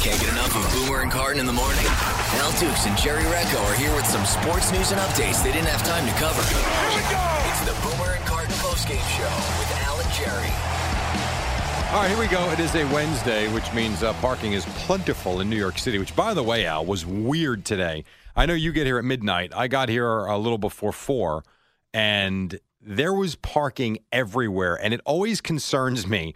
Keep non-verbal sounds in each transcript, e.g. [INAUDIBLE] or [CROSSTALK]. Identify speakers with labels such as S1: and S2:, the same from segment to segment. S1: Can't get enough of Boomer and Carton in the morning. Al Dukes and Jerry Recco are here with some sports news and updates they didn't have time to cover. Here we go! It's the Boomer and Carton postgame show with Al and Jerry.
S2: All right, here we go. It is a Wednesday, which means uh, parking is plentiful in New York City, which, by the way, Al, was weird today. I know you get here at midnight. I got here a little before four, and there was parking everywhere. And it always concerns me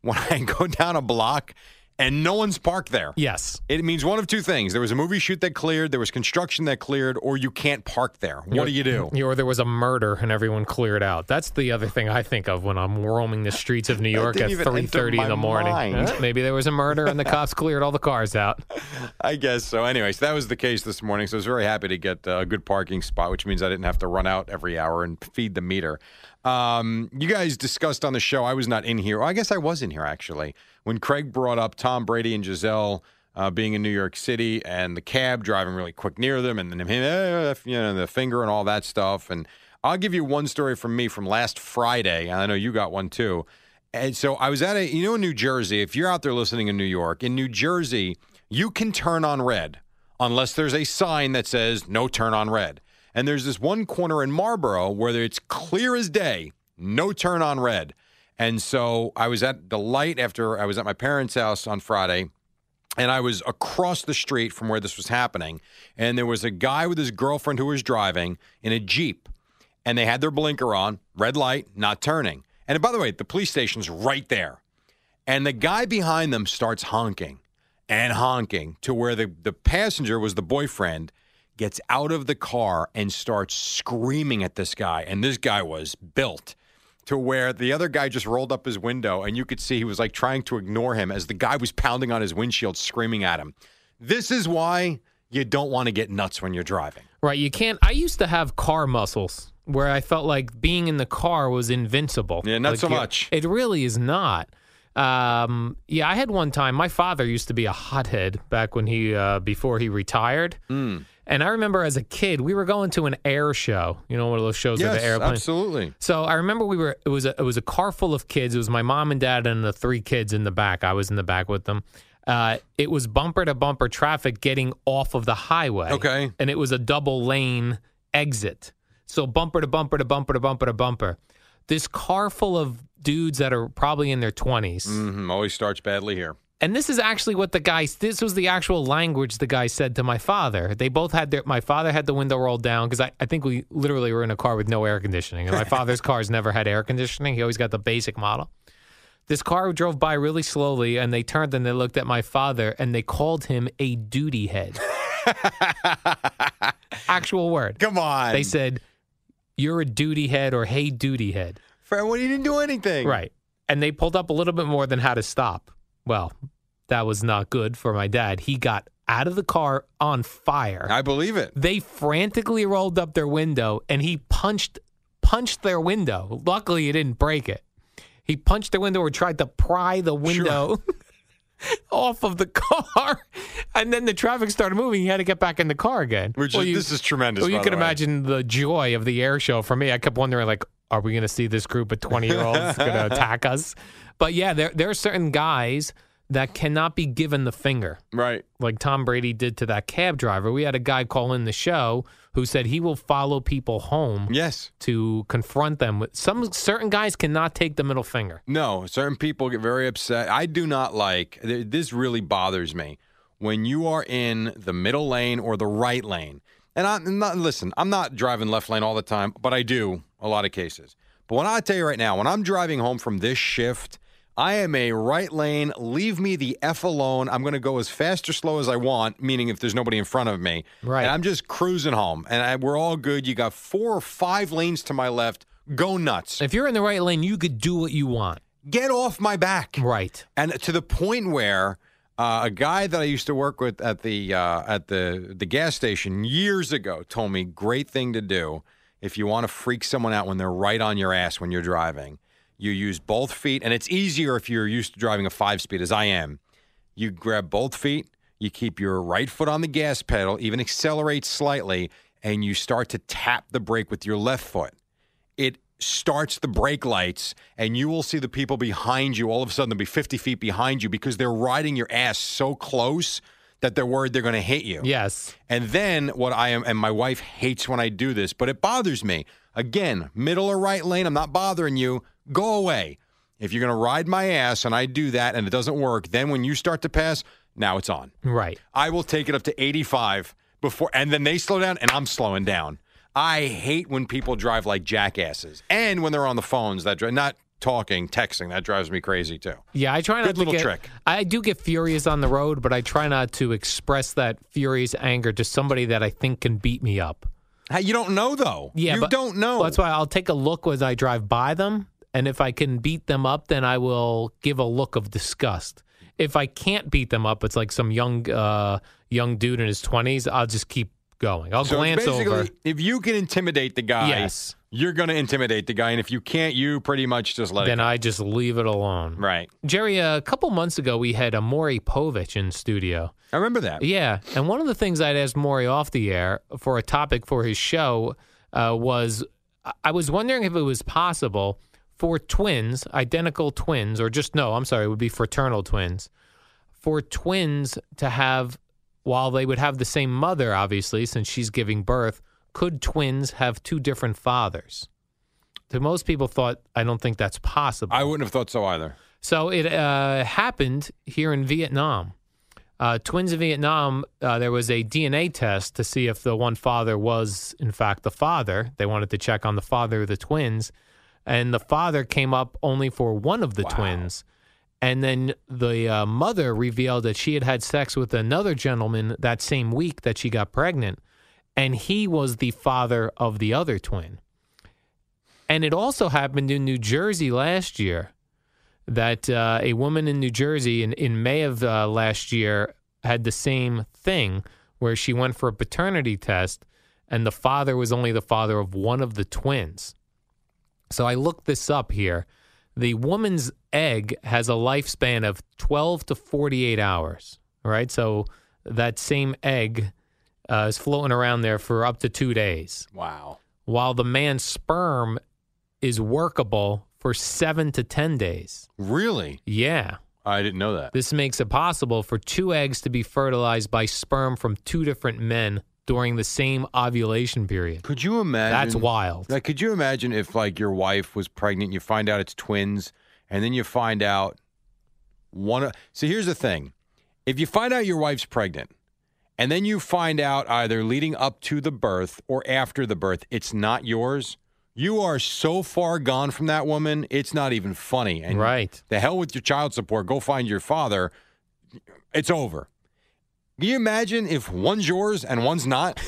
S2: when I go down a block and no one's parked there.
S3: Yes.
S2: It means one of two things there was a movie shoot that cleared, there was construction that cleared, or you can't park there. What do you do?
S3: Yeah, Or there was a murder and everyone cleared out. That's the other thing I think of when I'm roaming the streets of New York
S2: didn't
S3: at
S2: even enter
S3: 3:30 in
S2: my
S3: the morning.
S2: mind.
S3: Eh, Maybe there was a murder and the cops cleared all the cars out.
S2: [LAUGHS] I guess so. Anyway, so that was the case this morning. So I was very happy to get uh, a good parking spot, which means I didn't have to run out every hour and feed the meter. Um, you guys discussed on the show, I was not in here. Well, I guess I was in here, actually, when Craig brought up Tom Brady and Giselle. Uh, being in New York City and the cab driving really quick near them, and then him, eh, you know, the finger and all that stuff. And I'll give you one story from me from last Friday, and I know you got one too. And so I was at a, you know, in New Jersey, if you're out there listening in New York, in New Jersey, you can turn on red unless there's a sign that says no turn on red. And there's this one corner in Marlboro where it's clear as day, no turn on red. And so I was at the light after I was at my parents' house on Friday and I was across the street from where this was happening, and there was a guy with his girlfriend who was driving in a Jeep, and they had their blinker on, red light, not turning. And by the way, the police station's right there. And the guy behind them starts honking and honking to where the, the passenger was the boyfriend, gets out of the car and starts screaming at this guy. And this guy was built to where the other guy just rolled up his window and you could see he was like trying to ignore him as the guy was pounding on his windshield screaming at him. This is why you don't want to get nuts when you're driving.
S3: Right, you can't I used to have car muscles where I felt like being in the car was invincible.
S2: Yeah, not
S3: Like,
S2: so
S3: you-
S2: much.
S3: It really is not. Um, yeah, I had one time. My father used to be a hothead back when he uh, before he retired.
S2: Hmm.
S3: And I remember as a kid, we were going to an air show. You know, one of those shows with the airplane.
S2: absolutely.
S3: So I remember we were it was a, it was a car full of kids. It was my mom and dad and the three kids in the back. I was in the back with them. Uh, it was bumper to bumper traffic getting off of the highway.
S2: Okay.
S3: and it was a double lane exit. So bumper to bumper to bumper to bumper to bumper. This car full of dudes that are probably in their 20s
S2: hmm always starts badly here.
S3: and this is actually what the guy this was the actual language the guy said to my father they both had their my father had the window rolled down because I, I think we literally were in a car with no air conditioning and my father's cars never had air conditioning he always got the basic model this car drove by really slowly and they turned and they looked at my father and they called him a duty head actual
S2: [LAUGHS]
S3: word
S2: Come on.
S3: they said you're a duty head or hey duty head
S2: Fred, when he didn't do anything.
S3: Right. And they pulled up a little bit more than how to stop. Well, that was not good for my dad. He got out of the car on fire.
S2: I believe it.
S3: they frantically rolled up their window and he punched punched their window. Luckily he didn't break it. He punched the window or tried to pry the window [LAUGHS] off of the [LAUGHS] car. And then the traffic started moving. He had to get back in the car again.
S2: Which
S3: Well,
S2: is,
S3: you-
S2: this is tremendous.
S3: well, you
S2: by
S3: can
S2: the way.
S3: imagine the joy of the air show for me. I kept wondering, like, are we going to see this group of 20 year
S2: [LAUGHS]
S3: olds going to attack us? But yeah, there, there are certain guys that cannot be given the finger,
S2: Right.
S3: like Tom Brady did to that cab driver. We had a guy call in the show who said he will follow people home
S2: Yes.
S3: to confront them. with Some certain guys cannot take the middle finger.
S2: No, certain people get very upset. I do not like th- this. Really bothers me when you are in the middle lane or the right lane. And I'm not listen. I'm not driving left lane all the time, but I do a lot of cases. But when I tell you right now, when I'm driving home from this shift, I am a right lane. Leave me the F alone. I'm going to go as fast or slow as I want, meaning if there's nobody in front of me.
S3: Right.
S2: And I'm just cruising home, and I, we're all good. You got four or five lanes to my left. Go nuts.
S3: If you're in the right lane, you could do what you want.
S2: Get off my back.
S3: Right.
S2: And to the point where uh, a guy that I used to work with at the uh, at the the gas station years ago told me great thing to do if you want to freak someone out when they're right on your ass when you're driving. You use both feet, and it's easier if you're used to driving a five speed as I am. You grab both feet, you keep your right foot on the gas pedal, even accelerate slightly, and you start to tap the brake with your left foot it starts the brake lights and you will see the people behind you all of a sudden they'll be 50 feet behind you because they're riding your ass so close that they're worried they're going to hit you
S3: Yes.
S2: and then what i am and my wife hates when i do this but it bothers me again middle or right lane i'm not bothering you go away if you're going to ride my ass and i do that and it doesn't work then when you start to pass now it's on
S3: Right.
S2: I will take it up to 85 before, and then they slow down, and I'm slowing down. I hate when people drive like jackasses, and when they're on the phones that dri- not talking, texting. That drives me crazy too.
S3: Yeah, I try not
S2: Good
S3: to
S2: little
S3: get,
S2: trick.
S3: I do get furious on the road, but I try not to express that furious anger to somebody that I think can beat me up.
S2: Hey, You don't know though.
S3: Yeah,
S2: you
S3: but-
S2: don't know.
S3: Well, that's why I'll take a look as I drive by them, and if I can beat them up, then I will give a look of disgust. If I can't beat them up, it's like some young uh, young dude in his twenties. I'll just keep going. I'll
S2: so
S3: glance
S2: basically,
S3: over.
S2: if you can intimidate the guy,
S3: Yes.
S2: you're going to intimidate the guy, and if you can't, you pretty much just let
S3: Then
S2: it.
S3: I just leave it alone.
S2: go. right.
S3: Jerry, a couple months ago, we had Amori Povich in studio.
S2: I remember that.
S3: Yeah, and one of the things I'd asked Maury off the air for a topic for his show uh, was I- I was wondering if it was possible for twins, identical twins, or just no, I'm sorry, it would be fraternal twins, for twins to have, while they would have the same mother, obviously, since she's giving birth, could twins have two different fathers? To most people, thought I don't think that's possible.
S2: I wouldn't have thought so either.
S3: So it uh, happened here in Vietnam. Uh, twins in Vietnam, uh, there was a DNA test to see if the one father was, in fact, the father. They wanted to check on the father of the twins. And the father came up only for one of the twins. And then the uh, mother revealed that she had had sex with another gentleman that same week that she got pregnant. And he was the father of the other twin. And it also happened in New Jersey last year that uh, a woman in New Jersey in, in May of uh, last year had the same thing where she went for a paternity test and the father was only the father of one of the twins. So I looked this up here. The woman's egg has a lifespan of 12 to 48 hours, all right? So that same egg uh, is floating around there for up to two days
S2: Wow.
S3: while the man's sperm is workable for seven to 10 days.
S2: Really?
S3: Yeah.
S2: I didn't know that.
S3: This makes it possible for two eggs to be fertilized by sperm from two different men during the same ovulation period.
S2: Could you imagine?
S3: That's wild.
S2: Like, could you imagine if like your wife was pregnant, you find out it's twins, and then you find out one. Of, so here's the thing: if you find out your wife's pregnant, and then you find out either leading up to the birth or after the birth, it's not yours. You are so far gone from that woman; it's not even funny. And
S3: right.
S2: the hell with your child support. Go find your father. It's over. Can you imagine if one's yours and one's
S3: [LAUGHS]
S2: not?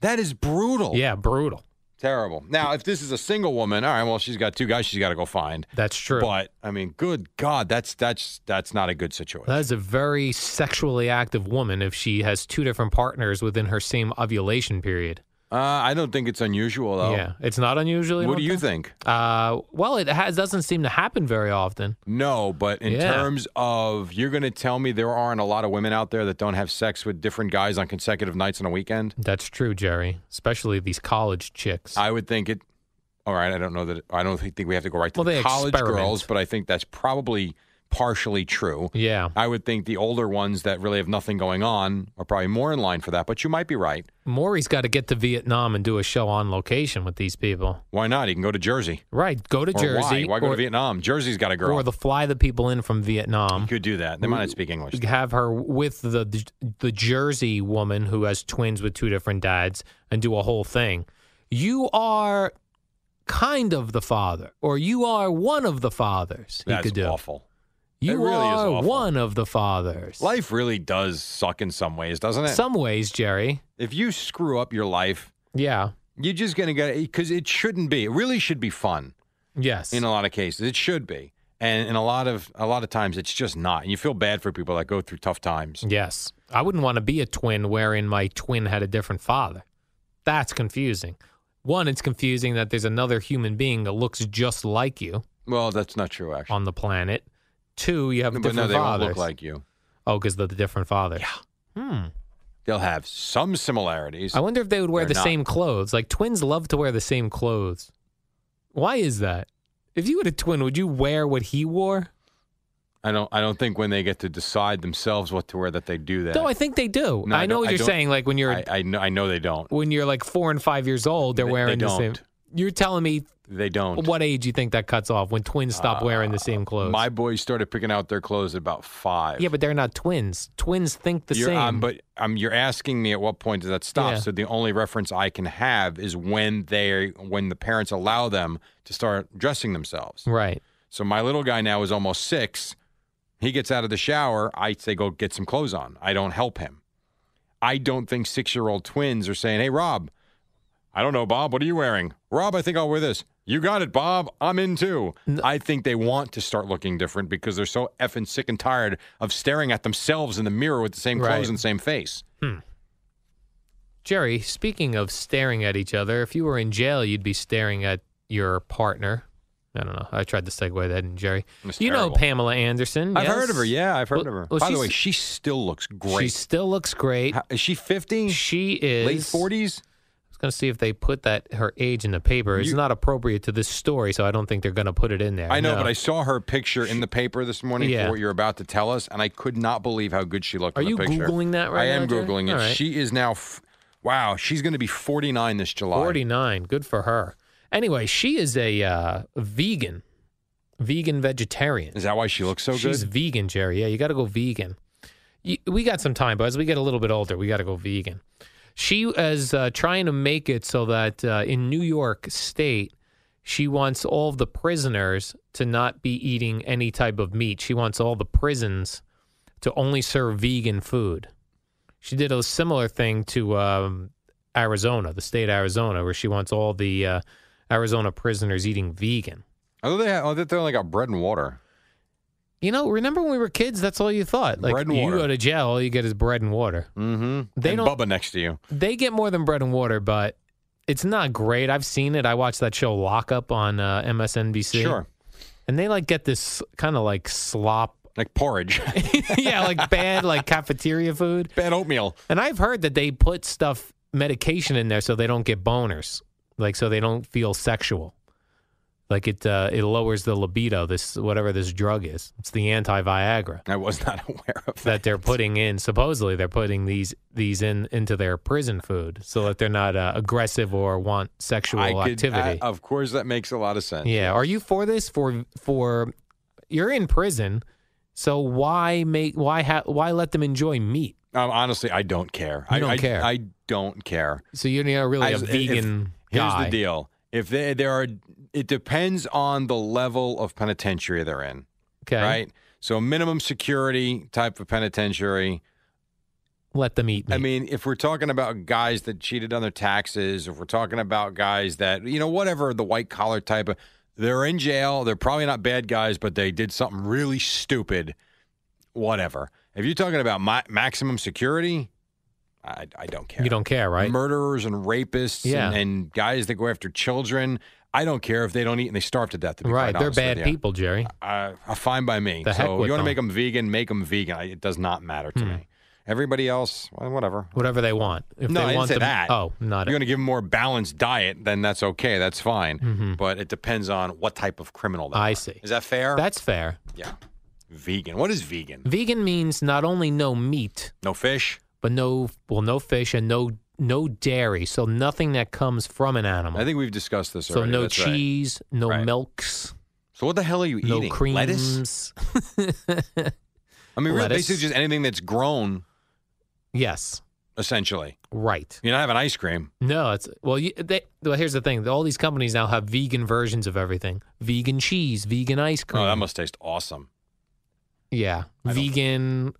S2: that is brutal.
S3: Yeah, brutal.
S2: Terrible. Now, if this is a single woman, all right, well, she's got two guys she's got to go find.
S3: That's true.
S2: But I mean, good God, that's that's that's not a good situation.
S3: that is a very sexually active woman if she has two different partners within her same ovulation period.
S2: Uh, I don't think it's unusual though.
S3: Yeah, it's not unusual.
S2: What do you
S3: think?
S2: think?
S3: Uh, well, it has, doesn't seem to happen very often.
S2: No, but in
S3: Yeah.
S2: terms of you're going to tell me there aren't a lot of women out there that don't have sex with different guys on consecutive nights on a weekend?
S3: That's true, Jerry. Especially these college chicks.
S2: I would think it. All right, I don't know that. I don't think we have to go right to
S3: Well, they
S2: college
S3: experiment.
S2: girls, but I think that's probably partially true.
S3: yeah,
S2: I would think the older ones that really have nothing going on are probably more in line for that. But you might be right.
S3: Maury's got to get to Vietnam and do a show on location with these people.
S2: Why not? He can go to Jersey.
S3: Right, go to
S2: Or
S3: Jersey.
S2: Why? Why go
S3: or,
S2: to Vietnam? Jersey's got a girl.
S3: Or the fly the people in from Vietnam.
S2: you could do that. They might not speak English.
S3: Have her with the, the Jersey woman who has twins with two different dads and do a whole thing. You are kind of the father, or you are one of the fathers. He
S2: That's
S3: could do.
S2: awful.
S3: You
S2: It really is
S3: are
S2: awful.
S3: one of the fathers.
S2: Life really does suck in some ways, doesn't it?
S3: Some ways, Jerry.
S2: if you screw up your life,
S3: Yeah.
S2: you're just going to get because it shouldn't be. It really should be fun
S3: Yes.
S2: in a lot of cases. It should be. And in a lot of a lot of times it's just not. And you feel bad for people that go through tough times.
S3: Yes. I wouldn't want to be a twin wherein my twin had a different father. That's confusing. One, it's confusing that there's another human being that looks just like you
S2: Well, that's not true actually.
S3: on the planet. Two, you have
S2: but
S3: different
S2: no, they
S3: fathers.
S2: won't look like you.
S3: oh, because they're the different fathers. Yeah. Hmm.
S2: They'll have some similarities.
S3: I wonder if they would wear
S2: They're
S3: the
S2: not.
S3: same clothes. Like twins love to wear the same clothes. Why is that? If you had a twin, would you wear what he wore?
S2: I don't I don't think when they get to decide themselves what to wear that they do that.
S3: No, I think they do.
S2: No, I
S3: I know
S2: don't-
S3: what
S2: I
S3: you're
S2: don't-
S3: saying. Like when you're
S2: I, I know I know they don't.
S3: when you're like four and five years old, they're
S2: They- they
S3: wearing the same.
S2: don't.
S3: You're telling me
S2: They don't.
S3: what age you think that cuts off when twins stop wearing the same clothes?
S2: Uh, My boys started picking out their clothes at about five.
S3: yeah, but they're not twins. Twins think the
S2: you're,
S3: same.
S2: Um, but um, you're asking me at what point does that stop?
S3: Yeah.
S2: So the only reference I can have is when they when the parents allow them to start dressing themselves.
S3: right.
S2: So my little guy now is almost six. He gets out of the shower. I say, go get some clothes on. I don't help him. I don't think six year old twins are saying, hey, Rob, I don't know, Bob, what are you wearing? Rob, I think I'll wear this. You got it, Bob. I'm in too. I think they want to start looking different because they're so effing sick and tired of staring at themselves in the mirror with the same clothes
S3: Right.
S2: and same face.
S3: Jerry, speaking of staring at each other, if you were in jail, you'd be staring at your partner. I don't know. I tried to segue that in Jerry.
S2: That's
S3: you know
S2: terrible.
S3: Pamela Anderson.
S2: I've heard of her.
S3: Mm. yes?
S2: Yeah, I've heard
S3: Well-
S2: of her.
S3: well,
S2: By the
S3: she's-
S2: way, she still looks
S3: She
S2: great.
S3: still looks great.
S2: How- is she 50?
S3: she is
S2: Late 40s?
S3: I was going to see if they put that her age in the paper. It's
S2: You-
S3: not appropriate to this story, so I don't think they're going to put it in there.
S2: I know,
S3: No.
S2: but I saw her picture in the paper this morning
S3: Yeah.
S2: for what you're about to tell us, and I could not believe how good she looked.
S3: Are
S2: in the
S3: you
S2: picture.
S3: Googling that right
S2: I am
S3: now, Jerry?
S2: googling it.
S3: All right.
S2: She is now, f- wow, she's going to be 49 this July.
S3: 49. Good for her. Anyway, she is a uh, vegan, vegan vegetarian.
S2: Is that why she looks so
S3: She's
S2: good?
S3: vegan, Jerry. Yeah, you got to go vegan. You, we got some time, but as we get a little bit older, we got to go vegan. She is uh, trying to make it so that uh, in New York State, she wants all of the prisoners to not be eating any type of meat. She wants all the prisons to only serve vegan food. She did a similar thing to um, Arizona, the state of Arizona, where she wants all the uh, Arizona prisoners eating vegan.
S2: Oh, they have, oh, they only got bread and water.
S3: You know, remember when we were kids? That's all you thought. Like
S2: Bread and
S3: you
S2: water.
S3: go to jail, all you get is bread and water.
S2: Mm-hmm.
S3: They
S2: and
S3: don't-
S2: Bubba next to you.
S3: They get more than bread and water, but it's not great. I've seen it. I watched that show Lock Up on uh, MSNBC.
S2: Sure.
S3: And they like get this kind of like slop, [LAUGHS]
S2: Like porridge. [LAUGHS]
S3: yeah, like bad like cafeteria food.
S2: Bad oatmeal.
S3: And I've heard that they put stuff medication in there so they don't get boners, like so they don't feel sexual. Like it uh, it lowers the libido. This whatever this drug is. It's the anti Viagra.
S2: I was not aware of that.
S3: that they're putting in. Supposedly, they're putting these these in into their prison food so that they're not uh, aggressive or want sexual
S2: I uh, could,
S3: activity.
S2: I- of course, that makes a lot of sense.
S3: yeah, are you for this? For for you're in prison, so why make why ha, why let them enjoy meat?
S2: Um, honestly, I don't care. I
S3: don't
S2: I-
S3: care.
S2: I don't care.
S3: So you're not really
S2: As-
S3: a
S2: if-
S3: vegan
S2: Here's
S3: guy.
S2: the deal: if they, there are, it depends on the level of penitentiary they're in,
S3: Okay,
S2: right? So minimum security type of penitentiary.
S3: let them eat meat.
S2: I mean, if we're talking about guys that cheated on their taxes, if we're talking about guys that you know whatever the white collar type of, they're in jail. They're probably not bad guys, but they did something really stupid. Whatever. If you're talking about my, maximum security, I, I don't care
S3: you don't care, right?
S2: murderers and rapists
S3: Yeah.
S2: and, and guys that go after children. I don't care if they don't eat and they starve to death. To be quite
S3: right, they're
S2: honest with
S3: bad
S2: you.
S3: people, Jerry.
S2: Uh, uh, fine by me.
S3: The
S2: so
S3: heck
S2: you
S3: with
S2: wanna
S3: them. Hmm.
S2: make them vegan, make them vegan. I, it does not matter to me. Everybody else, well, whatever.
S3: Whatever they want. If
S2: no,
S3: they
S2: I didn't
S3: want
S2: say
S3: them,
S2: that.
S3: Oh, not
S2: You're going to give them more balanced diet, then that's okay. That's fine. But it depends on what type of criminal. They
S3: Mm-hmm. I
S2: are.
S3: see.
S2: Is that fair?
S3: That's fair.
S2: yeah. Vegan. What is vegan?
S3: Vegan means not only no meat,
S2: No fish.
S3: but no well no fish and no no dairy so nothing that comes from an animal
S2: I think we've discussed this
S3: so
S2: already.
S3: no
S2: That's right.
S3: cheese no
S2: Right.
S3: milks
S2: So what the hell are you
S3: no
S2: eating?
S3: creams
S2: Lettuce. I mean, really,
S3: Lettuce.
S2: basically just anything that's grown
S3: [LAUGHS] yes
S2: essentially.
S3: Right.
S2: You're not having ice cream.
S3: No, it's well. You, they, well, here's the thing: all these companies now have vegan versions of everything: vegan cheese, vegan ice cream.
S2: Oh, that must taste awesome.
S3: Yeah, vegan.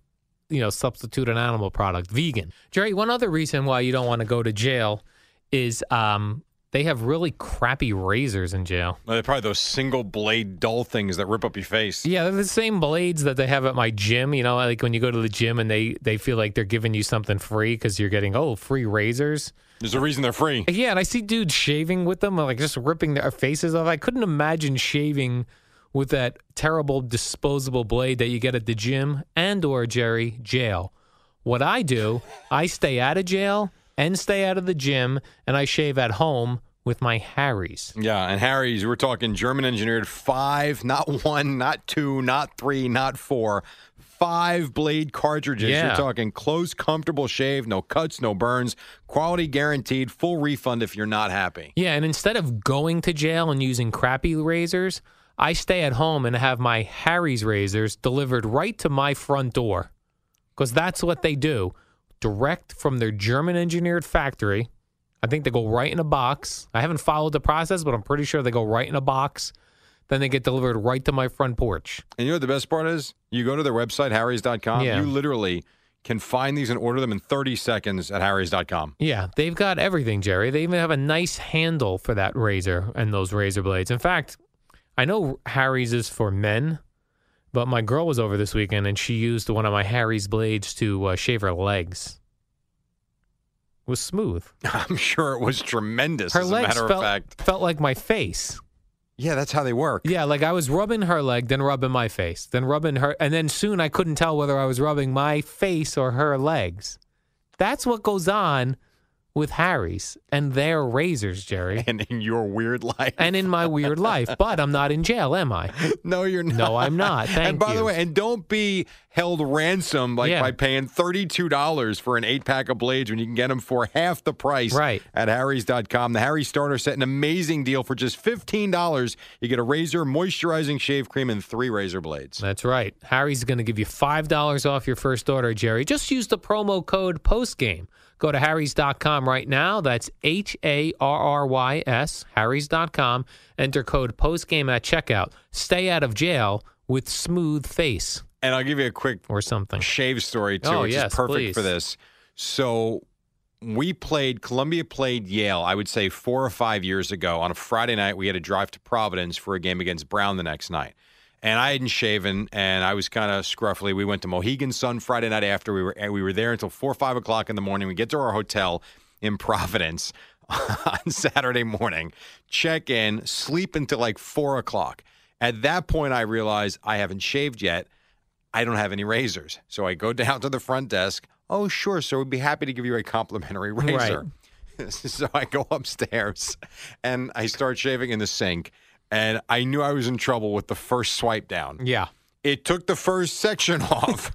S3: You know, substitute an animal product. Vegan. Jerry, one other reason why you don't want to go to jail is um, they have really crappy razors in jail.
S2: Well, They're probably those single blade dull things that rip up your face.
S3: Yeah, they're the same blades that they have at my gym. You know, like when you go to the gym and they they feel like they're giving you something free because you're getting oh free razors.
S2: There's a reason they're free.
S3: Yeah, and I see dudes shaving with them, like just ripping their faces off. I couldn't imagine shaving with that terrible disposable blade that you get at the gym and or Jerry jail. What I do, I stay out of jail and stay out of the gym, and I shave at home with my Harry's.
S2: Yeah, and Harry's, we're talking German engineered five, not one, not two, not three, not four, five blade cartridges.
S3: Yeah.
S2: You're talking close, comfortable shave, no cuts, no burns, quality guaranteed, full refund if you're not happy.
S3: Yeah, and instead of going to jail and using crappy razors, I stay at home and have my Harry's razors delivered right to my front door. Because that's what they do direct from their German engineered factory. I think they go right in a box. I haven't followed the process, but I'm pretty sure they go right in a box. Then they get delivered right to my front porch.
S2: And you know what the best part is? You go to their website, harrys.com,
S3: Yeah.
S2: you literally can find these and order them in 30 seconds at harrys.com.
S3: Yeah, they've got everything, Jerry. They even have a nice handle for that razor and those razor blades. In fact, I know Harry's is for men, but my girl was over this weekend and she used one of my Harry's blades to uh, shave her legs. It was smooth.
S2: [LAUGHS] I'm sure it was tremendous,
S3: Her
S2: as a
S3: legs
S2: matter
S3: felt,
S2: of fact.
S3: felt like my face.
S2: Yeah, that's how they work.
S3: Yeah, like I was rubbing her leg, then rubbing my face, then rubbing her, and then soon I couldn't tell whether I was rubbing my face or her legs. That's what goes on with Harry's and their razors, Jerry.
S2: [LAUGHS] And in your weird life.
S3: and in my weird life, but I'm not in jail, am I?
S2: [LAUGHS] No, you're not.
S3: No, I'm not. Thank
S2: and by the
S3: you.
S2: way, and don't be held ransom like
S3: Yeah.
S2: by paying thirty-two dollars for an eight-pack of blades when you can get them for half the price.
S3: Right.
S2: At Harry's.com, the Harry Starter set an amazing deal for just fifteen dollars. You get a razor, moisturizing shave cream, and three razor blades.
S3: That's right. Harry's going to give you $5 off your first order, Jerry. Just use the promo code postgame. Go to harrys.com right now. That's H A R R Y S, harrys.com. Enter code postgame at checkout. Stay out of jail with smooth face
S2: And I'll give you a quick
S3: or something.
S2: shave story too,
S3: Oh,
S2: which
S3: yes,
S2: is perfect
S3: please.
S2: for this. So we played Columbia played Yale, I would say four or five years ago on a Friday night. We had to drive to Providence for a game against Brown the next night. And I hadn't shaven, and I was kind of scruffly. We went to Mohegan Sun Friday night after we were and we were there until four or five o'clock in the morning. We get to our hotel in Providence [LAUGHS] on Saturday morning, check in, sleep until like four o'clock. At that point, I realized I haven't shaved yet. I don't have any razors. So I go [LAUGHS] down to the front desk. Oh, sure, sir. We'd be happy to give you a complimentary razor. [LAUGHS] so I go upstairs and I start shaving in the sink. And I knew I was in trouble with the first swipe down.
S3: Yeah.
S2: It took the first section [LAUGHS] off,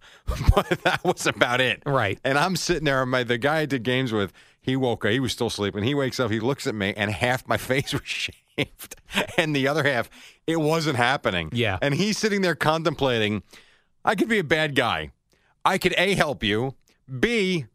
S2: but that was about it.
S3: Right.
S2: And I'm sitting there. and My the guy I did games with, he woke up. He was still sleeping. He wakes up. He looks at me, and half my [LAUGHS] face was shaved, and the other half, it wasn't happening.
S3: Yeah.
S2: And he's sitting there contemplating, I could be a bad guy. I could a help you, b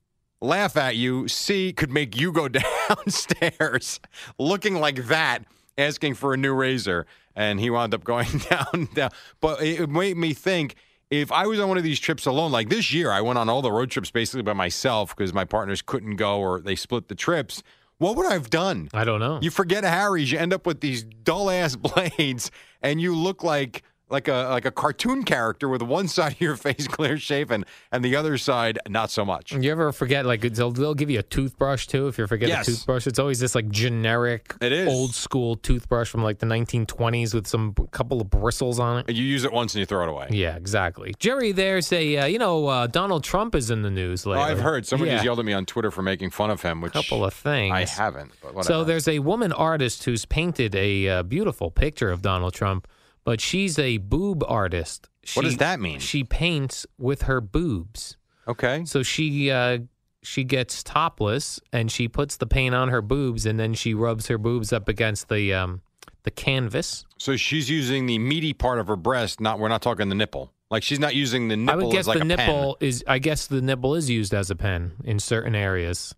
S2: laugh at you, c could make you go [LAUGHS] downstairs, looking like that, asking for a new razor, and he wound up going [LAUGHS] down. down. But it it made me think. If I was on one of these trips alone, like this year, I went on all the road trips basically by myself because my partners couldn't go or they split the trips. What would I have done?
S3: I don't know.
S2: [LAUGHS] You forget Harry's, you end up with these dull ass [LAUGHS] blades, and you look like like a like a cartoon character with one [LAUGHS] side of your face clear shaven and the other side not so much.
S3: You ever forget like they'll, they'll give you a toothbrush too if you forget
S2: Yes.
S3: a toothbrush. It's always this like generic,
S2: It is.
S3: old school toothbrush from like the 1920s with some couple of bristles on it.
S2: You use it once and you throw it away.
S3: Yeah, exactly. Jerry, there's a uh, you know uh, Donald Trump is in the news
S2: Oh,
S3: lately.
S2: I've heard someone
S3: yeah,
S2: just yelled at me on Twitter for making fun of him, which
S3: a couple of things.
S2: I haven't. But whatever.
S3: So there's a woman artist who's painted a uh, beautiful picture of Donald Trump, but she's a boob artist.
S2: What does
S3: She-
S2: that mean?
S3: She paints with her boobs.
S2: okay.
S3: So she uh, she gets topless and she puts the paint on her boobs and then she rubs her boobs up against the um, the canvas.
S2: So she's using the meaty part of her breast. Not we're not talking the nipple. Like she's not using the nipple
S3: I would guess
S2: as like
S3: the
S2: a
S3: nipple is. I guess the nipple is used as a pen in certain areas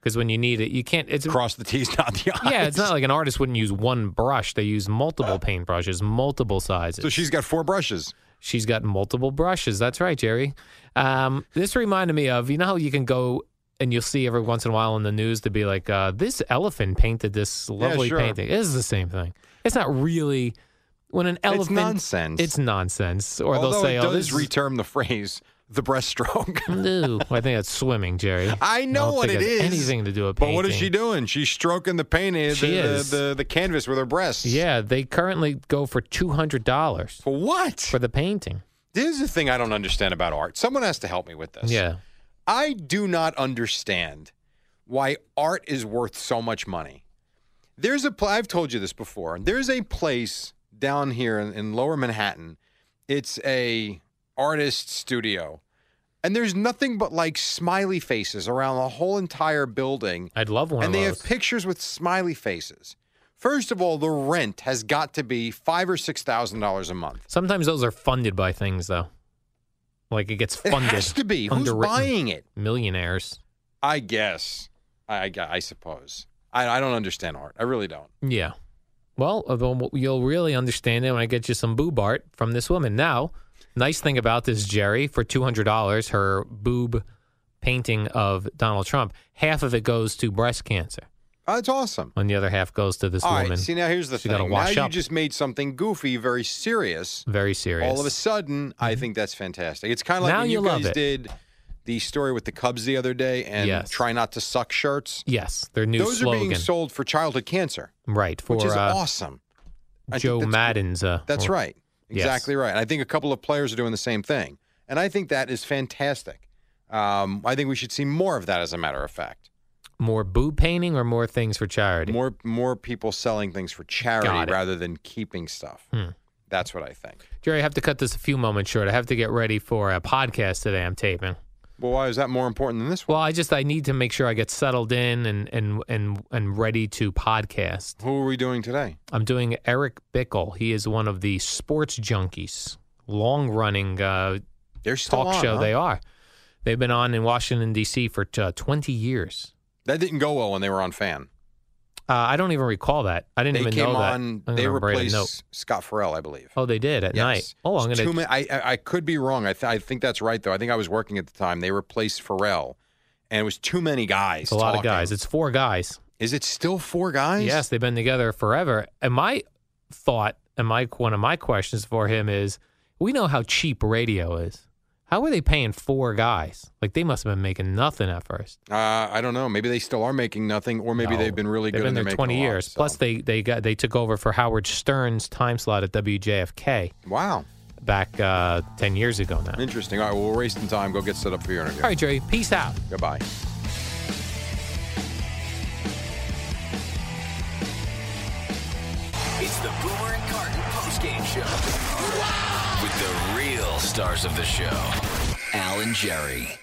S3: because when you need it, you can't. It's
S2: pen. Cross the T's, [LAUGHS] not the I's.
S3: yeah. It's not like an artist wouldn't use one brush. They use multiple paintbrushes, multiple sizes.
S2: So she's got four brushes.
S3: She's got multiple brushes. That's right, Jerry. Um, this reminded me of you know how you can go and you'll see every once in a while in the news to be like, uh, this elephant painted this lovely
S2: sure.
S3: painting. It is the same thing. It's not really when an elephant.
S2: nonsense.
S3: It's nonsense. Or
S2: Although
S3: they'll say,
S2: it
S3: oh,
S2: does
S3: this is-
S2: reterm the phrase the breaststroke. [LAUGHS]
S3: no, I think that's swimming, Jerry.
S2: I know
S3: don't
S2: what
S3: think
S2: it
S3: it's
S2: is.
S3: Anything to do with
S2: but what is
S3: painting.
S2: she doing? She's stroking the paint, uh, the,
S3: She
S2: the,
S3: is.
S2: The, the canvas with her breasts.
S3: Yeah, they currently go for two hundred dollars
S2: For what?
S3: for the painting.
S2: this is the thing I don't understand about art. Someone has to help me with this.
S3: Yeah,
S2: I do not understand why art is worth so much money. There's a pl- I've told you this before. There's a place down here in, in Lower Manhattan. It's a artist studio, and there's nothing but like smiley faces around the whole entire building,
S3: I'd love one
S2: and
S3: of
S2: they
S3: those.
S2: have pictures with smiley faces. First of all, the rent has got to be five or six thousand dollars a month.
S3: Sometimes those are funded by things, though. Like it gets
S2: It
S3: funded.
S2: has to be. Who's
S3: underwritten.
S2: buying it?
S3: Millionaires.
S2: I guess. I, I, I suppose. I, I don't understand art. I really don't.
S3: Yeah. Well, although you'll really understand it when I get you some boob art from this woman. Now, nice thing about this, Jerry, for two hundred dollars, her boob painting of Donald Trump. Half of it goes to breast cancer,
S2: Oh, that's awesome.
S3: and the other half goes to this
S2: All right.
S3: woman.
S2: See, now here's the
S3: She gotta
S2: thing.
S3: wash
S2: now
S3: up.
S2: you just made something goofy very serious.
S3: Very serious. Mm-hmm.
S2: All of a sudden, I think that's fantastic. It's kind of like
S3: Now
S2: when you,
S3: you love
S2: guys
S3: it.
S2: did the story with the Cubs the other day and
S3: Yes.
S2: try not to suck shirts.
S3: Yes, their new
S2: Those
S3: slogan.
S2: are being sold for childhood cancer,
S3: right for
S2: which is
S3: uh,
S2: awesome. I think
S3: Joe
S2: that's-
S3: Madden's. Uh,
S2: That's
S3: or-
S2: right.
S3: Yes.
S2: Exactly right. And I think a couple of players are doing the same thing. And I think that is fantastic. Um, I think we should see more of that, as a matter of fact.
S3: More boob painting or more things for charity.
S2: More more people selling things for charity
S3: Got it. Hmm.
S2: rather than keeping stuff. That's what I think.
S3: Jerry, I have to cut this a few moments short. I have to get ready for a podcast today. I'm taping.
S2: Well, why is that more important than this one?
S3: Well, I just I need to make sure I get settled in and and and and ready to podcast.
S2: Who are we doing today?
S3: I'm doing Eric Bickle. He is one of the sports junkies, long running uh,
S2: They're still
S3: talk
S2: on,
S3: show.
S2: huh?
S3: They are. They've been on in Washington D.C. for uh, 20 years.
S2: That didn't go well when they were on Fan.
S3: Uh, I don't even recall that. I didn't
S2: They
S3: even
S2: came
S3: know that.
S2: on.
S3: I'm
S2: They
S3: gonna write a
S2: replaced
S3: note.
S2: Scott Farrell, I believe.
S3: Oh, they did at
S2: Yes.
S3: night. Oh, I'm
S2: It's
S3: gonna.
S2: too ma- I, I I could be wrong. I th- I think that's right though. I think I was working at the time. They replaced Farrell, and it was too many guys.
S3: It's a lot of
S2: talking.
S3: guys. It's four guys.
S2: Is it still four guys?
S3: Yes, they've been together forever. And my thought, and my one of my questions for him is, we know how cheap radio is. How are they paying four guys? Like they must have been making nothing at first.
S2: Uh, I don't know. Maybe they still are making nothing, or maybe
S3: No,
S2: they've been really
S3: They've
S2: good. and
S3: been
S2: they're
S3: there
S2: making
S3: twenty
S2: a lot,
S3: years.
S2: so-
S3: Plus, they they got they took over for Howard Stern's time slot at WJFK
S2: wow,
S3: back uh, ten years ago now. All
S2: interesting. All right, well, we're wasting time. Go get set up for your interview.
S3: right, Jerry. Peace out.
S2: Goodbye.
S1: It's the Boomer and Carton postgame show with the real stars of the show, Al and Jerry.